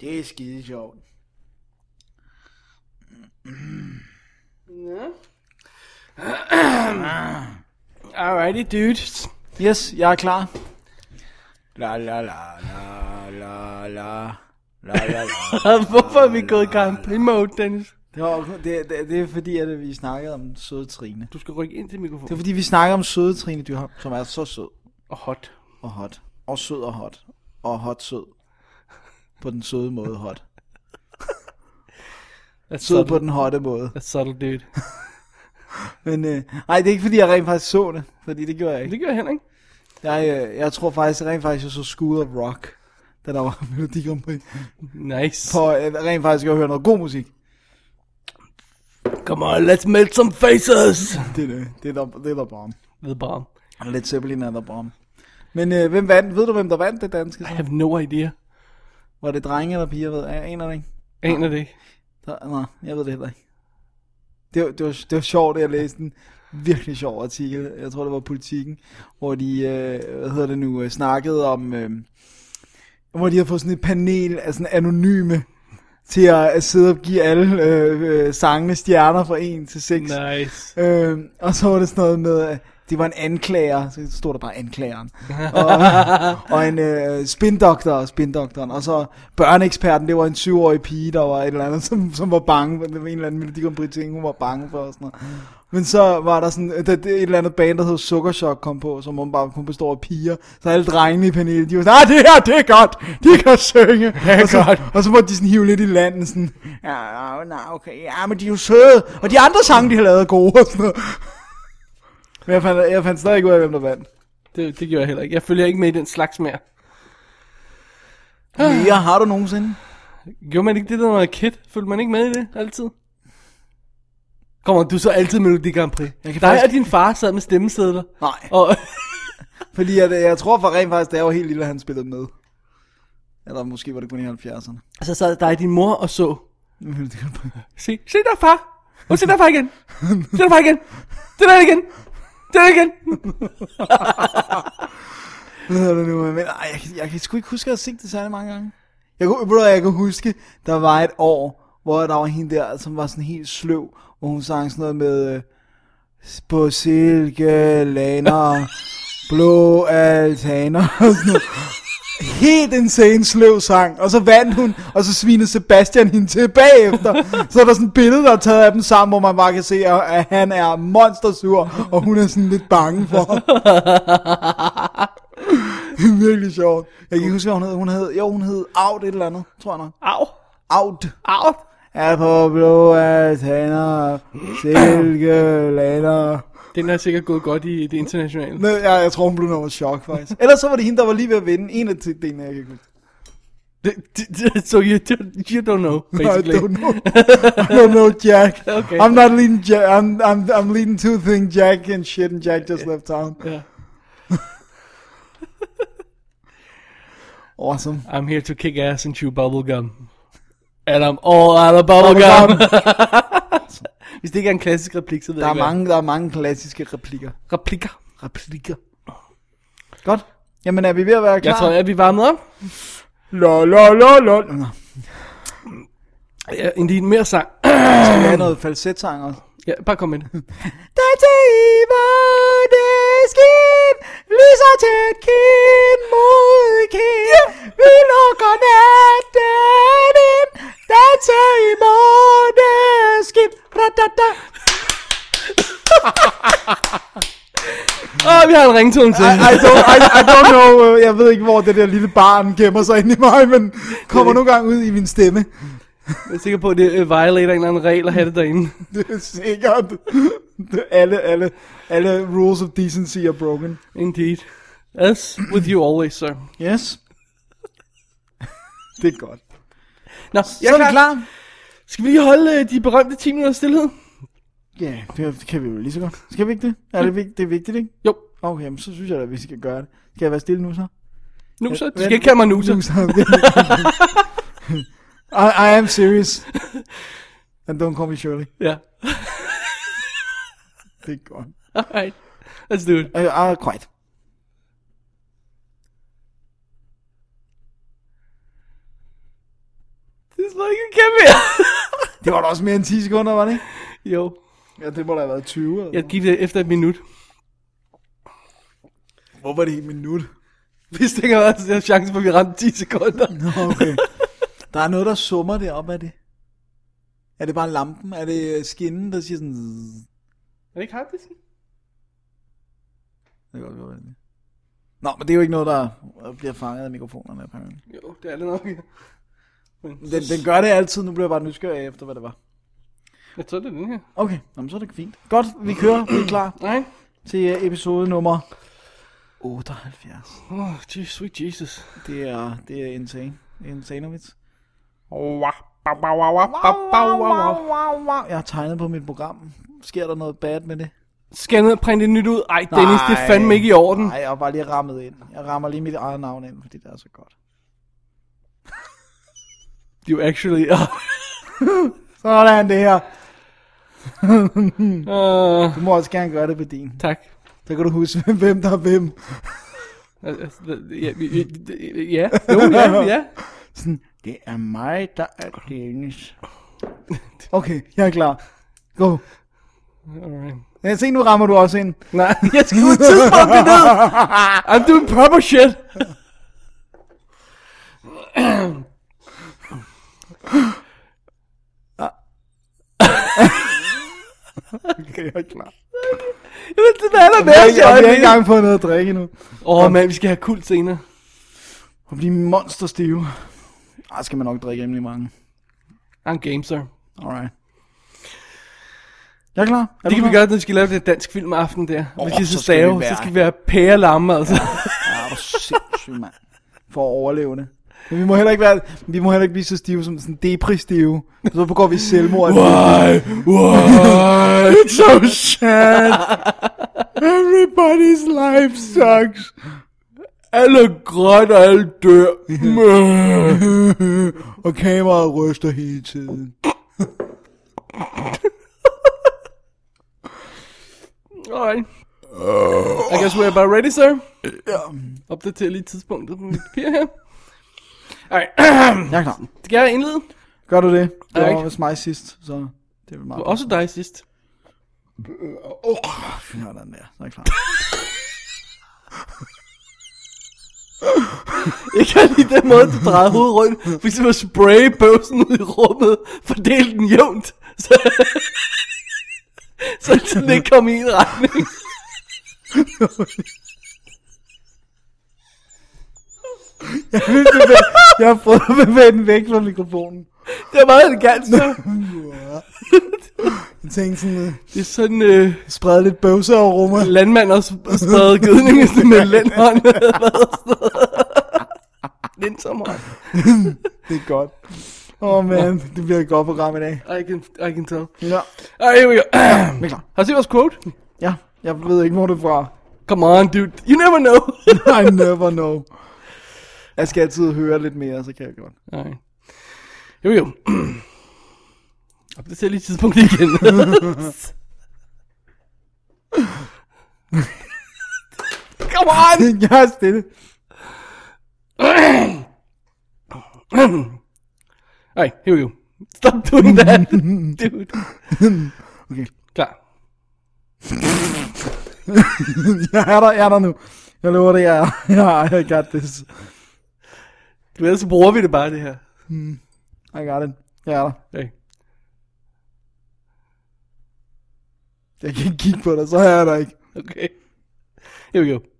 Det er skide sjovt. Nå. Alrighty, dudes. Yes, jeg er klar. La la la la la la la la la. Hvorfor er vi gået i Grand Prix mode, Dennis? Det, var, det, det, det er fordi, at vi snakkede om søde Trine. Du skal rykke ind til Det er mikrofonen. fordi, vi snakker om søde Trine Dyrholm, som er så sød Og hot. og hot. Og sød og hot. Og hot sød. På den søde måde hot. That's Sød på subtle. den hotte måde. That's subtle, dude. Men øh, nej, det er ikke fordi, jeg rent faktisk så det. Fordi det gjorde jeg ikke. Det gør Henrik. Jeg, øh, jeg tror faktisk, rent faktisk, jeg så School of Rock. Da der var Melodi Grand Prix. Nice. For øh, rent faktisk, jeg hørte noget god musik. Come on, let's melt some faces. Det er det. Det er der, det er der bomb. Ved bare. Led Zeppelin er der bomb. Men øh, hvem vandt? Ved du, hvem der vandt det danske? I have no idea. Var det drenge eller piger? Ved? Jeg aner det ikke. Aner det ikke. Der, nej, jeg ved det heller ikke. Det var, det var, det var sjovt, at jeg læste en virkelig sjov artikel. Jeg tror, det var Politiken, hvor de, øh, hvad hedder det nu, øh, snakkede om, øh, hvor de havde fået sådan et panel af sådan anonyme til at, at sidde og give alle øh, øh, sangene stjerner fra 1 til 6. Nice. Øh, og så var det sådan noget med, at det var en anklager, så stod der bare anklageren. Og, og en øh, spindoktor, spindoktoren. Og så børneeksperten, det var en syvårig pige, der var et eller andet, som, som var bange for, det var en eller anden Melodi Grand Prix ting, hun var bange for og sådan noget. Men så var der sådan, øh, der, der, et eller andet band, der hed Sukkerchok kom på, som om bare kun består af piger. Så alle drengene i panelet, de var sådan, ah, det her, det er godt, de kan synge. Det er og så, godt. Og så måtte de sådan hive lidt i landen, sådan, ja, ja, nej, okay, ja, men de er jo søde. Og de andre sange, de har lavet er gode og sådan noget. Men jeg fandt, jeg fandt stadig ikke ud af, hvem der vandt. Det, det gjorde jeg heller ikke. Jeg følger ikke med i den slags mere. Mere har du nogensinde? Gjorde man ikke det, da man var kid? Følte man ikke med i det altid? Kommer du så altid med Melodi Grand Prix? Jeg kan Dig faktisk- faktisk... og din far sad med stemmesedler. Nej. Og Fordi at, øh, jeg tror for rent faktisk, da jeg var helt lille, at han spillede med. Eller måske var det kun i 70'erne. så sad dig og din mor og så. Men det kan bare- Se, se der far. Og se der far igen. Se der far igen. Det der igen. Det der igen. Hvad hedder det nu? Men ej, jeg, kan- jeg kan sgu ikke huske, at jeg har set det særlig mange gange. Jeg kunne, ved du hvad, jeg kan huske, der var et år, hvor der var hende der, som var sådan helt sløv, hvor hun sang sådan noget med... Øh, på silkelaner, blå altaner og sådan noget. Helt insane sløv sang, og så vandt hun, og så svinede Sebastian hende til bagefter. Så er der sådan et billede, der er taget af dem sammen, hvor man bare kan se, at at han er monstersur, og hun er sådan lidt bange for ham. Det er virkelig sjovt. Jeg kan ikke huske, hvad hun hed. Hun hed, jo, hun hed Out et eller andet, tror jeg nok. Au. Out. Au. Er på blå altaner, silkelaner. Den har sikkert gået godt i det internationale. Nå, ja, jeg tror, hun blev noget chok, faktisk. Ellers så var det hende, der var lige ved at vinde. En af til den, jeg kan ikke huske. Det, det, det, so you, you don't know, basically. I don't know. I don't know, Jack. Okay. I'm not leading Jack. I'm, I'm, I'm leading two things, Jack and shit, and Jack just left town. Yeah. Awesome. I'm here to kick ass and chew bubblegum. And I'm all out of Oh bubblegum. Hvis det ikke er en klassisk replik, så ved Der jeg er, ikke mange, der er mange klassiske replikker. Hvad. Replikker. Replikker. Godt. Jamen, er vi ved at være klar? Jeg tror, at vi varmede op. Lol, lol, lol, lol. Nå, Ja, en mere sang. vi have noget falsetsang også. Ja, bare kom med det. Dette iver, det skin, lyser tæt kind mod kind. Vi lukker natten ind, danse i måneskin. Da-da-da. Åh, vi har en ringtone til. I, I, don't, I, I don't know, øh, jeg ved ikke, hvor det der lille barn gemmer sig inde i mig, men kommer nogle gange ud i min stemme. Jeg er sikker på, at det øh, violater en eller anden regel at have det derinde. Det er sikkert. Det- Alle, alle, alle rules of decency are broken. Indeed. As with you always, sir. Yes. Det er godt. Nå, jeg Så er vi klar. Skal vi lige holde øh, de berømte 10 minutter stillhed? Ja, det kan vi jo lige så godt. Skal vi ikke det? Er det, vigt, det er vigtigt, ikke? Jo. Okay, men så synes jeg da, at vi skal gøre det. Skal jeg være stille nu så? Nu så. Du Vent. skal ikke kalde mig nu så. Nu så. I, I am serious. And don't call me Shirley. Ja. Det er godt. Alright. Let's do it. Uh, uh, quite. slår ikke en kæmpe mere. Det var da også mere end 10 sekunder, var det ikke? jo, Ja, det må da have været 20. Eller jeg gik det efter et minut. Hvorfor er det i minut? Hvis det ikke har været så er chancen for, at vi ramte 10 sekunder. Nå, okay. Der er noget, der summer det op af det. Er det bare lampen? Er det øh, skinnen, der siger sådan... zzz? Er det ikke harddisken? Det kan godt være det. Nå, men det er jo ikke noget, der øh, bliver fanget af mikrofonerne. apparently. Jo, det er det nok. Men, Den, den gør det altid. Nu bliver jeg bare nysgerrig efter, hvad det var. Jeg tror, det er den her. Okay, Nå, men så er det fint. Godt, vi kører. Vi er klar Nej. til øh, episode nummer 78. Oh, geez, sweet Jesus. Det er, det er insane. Det er insane vits. Wow, wow, wow, wow, wow, wow, wow, wow. Jeg har tegnet på mit program. Sker der noget bad med det? Skal jeg ned og printe et nyt ud? Ej, Dennis, det er fandme ikke i orden. Nej, jeg har bare lige rammet ind. Jeg rammer lige mit eget navn ind, fordi det er så godt. You actually are. Sådan det her. Uh, Du må også gerne gøre det på din. tak. Så kan du huske, hvem der er hvem. Altså, Ja, ja, ja, jo, ja, ja. Sådan, det er mig, der er Dennis. Okay, jeg er klar. Go. Alright. Jeg se, nu rammer du også ind. Nej, jeg skal ud tidspunktet ned. I'm doing proper shit. Okay, jeg er klar. Jeg ved, det er det allerbedste Jeg, har ikke øjeblik. engang fået noget at drikke endnu. Åh, oh, mand, vi skal have kult senere. Og blive monsterstive. Ej, skal man nok drikke rimelig mange. I'm game, sir. Alright. Jeg er klar. Er Det du kan vi klar? gøre, når vi skal lave det dansk film aften der. Oh, vi Åh, skal så så skal vi stave, så være- skal vi være pærelamme, altså. Ja, hvor sindssyg, mand. For at overleve det. Men vi må heller ikke, være, vi må heller ikke blive så stive som sådan depri-stive. Så begår vi selvmord. Why? Why? It's so sad. Everybody's life sucks. Alle græder, alle dør. og kameraet ryster hele tiden. Alright. I guess we're about ready, sir. Opdater lige tidspunktet på mit papir her. Alright. Jeg er klar. Skal jeg indlede? Gør du det? Det Ja, var ikke? hos mig sidst, så det er vel meget. Og Også dig sidst. Nå, den der. Så er jeg klar. Jeg kan lide den måde, du drejede hovedet rundt. For eksempel at spraye bøvsen ud i rummet. Fordele den jævnt. Så, så, så den ikke kom i en retning. Jeg har prøvet at bevæge den væk fra mikrofonen. Det er meget elegant, så. Jeg tænkte sådan, uh, Det er sådan, øh, sprede lidt bøvse over rummet. landmand også sprede gødning med sådan en lændhånd. eller hvad der stod. Lindsomhånd. Det er godt. Åh, oh, man. Det bliver et godt program i dag. I can, I can tell. Ja. Alright, here we go. Vi er klar. Har du set vores quote? Ja, jeg ved ikke, hvor det er fra. Come on, dude. You never know. I never know. Jeg skal altid høre lidt mere, så kan jeg godt. Nej. Jo jo. Og det ser lige tidspunktet igen. Come on! jeg er stille. Alright, here we go. Stop doing that, dude. Okay. Klar. Jeg er der, jeg er der nu. Jeg lover det, jeg er. Yeah, I got this. Du ved, så bruger vi det bare, det her. I got it. Jeg er der. Okay. Jeg kan ikke kigge på dig, så er jeg der ikke. okay. Here we go.